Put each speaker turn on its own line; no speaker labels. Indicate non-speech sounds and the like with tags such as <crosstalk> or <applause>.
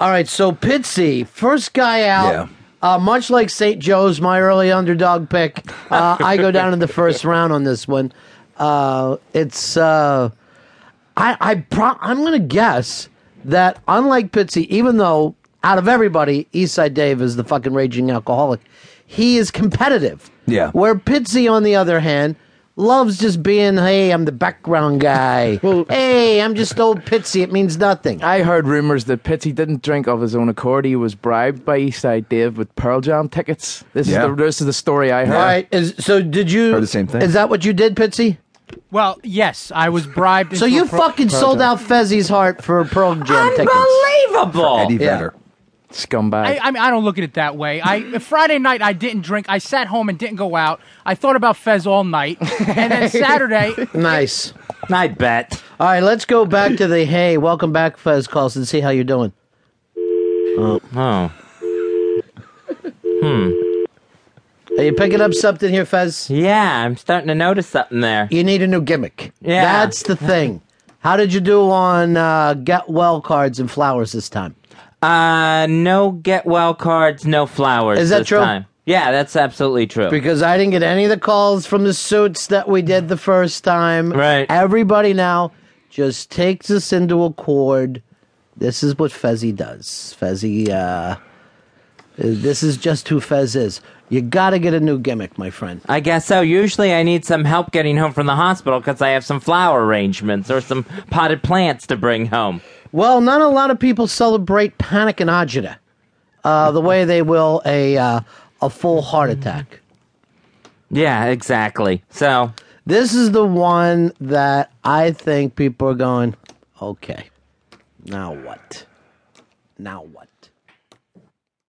All right, so Pitsy, first guy out.
Yeah.
Uh, much like St. Joe's, my early underdog pick,
<laughs>
uh, I go down in the first round on this one. Uh, it's uh, I, I pro- I'm going to guess that unlike Pitsy, even though out of everybody, Eastside Dave is the fucking raging alcoholic, he is competitive.
Yeah.
Where Pitsy, on the other hand, loves just being, hey, I'm the background
<laughs>
guy. hey, I'm just old Pitsy. It means nothing.
I heard rumors that Pitsy didn't drink of his own accord. He was bribed by Eastside Dave with Pearl Jam tickets. This
Yeah.
is the this is the story I heard.
All right. Is, so did you?
Heard the same thing.
Is that what you did, Pitsy?
Well, yes, I was bribed.
So
into
you
a pro-
fucking sold out Fezzi's heart for Pearl Jam tickets.
Unbelievable.
Eddie
yeah.
Vedder.
Scumbag.
I, I mean, I don't look at it that way. I Friday night I didn't drink. I sat home and didn't go out. I thought about Fez all night, and
<laughs>
then Saturday.
Nice.
I bet.
All right, let's go back to the hey, welcome back, Fez calls and see how you're doing.
Oh.
Are you picking up something here, Fez?
Yeah, I'm starting to notice something there.
You need a new gimmick.
Yeah.
That's the thing. How did you do on uh, get well cards and flowers this time?
Uh, no get well cards, no flowers.
Is that
this
true?
time. Yeah, that's absolutely true.
Because I didn't get any of the calls from the suits that we did the first time.
Right.
Everybody now just takes us into a chord. This is what Fezzi does. Fezzi, uh, this is just who Fez is. You gotta get a new gimmick, my friend.
I guess so. Usually I need some help getting home from the hospital because I have some flower arrangements or some potted plants to bring home.
Well, not a lot of people celebrate panic and agita uh, the way they will a uh, a full heart attack.
Yeah, exactly. So,
This is the one that I think people are going, okay, now what? Now what?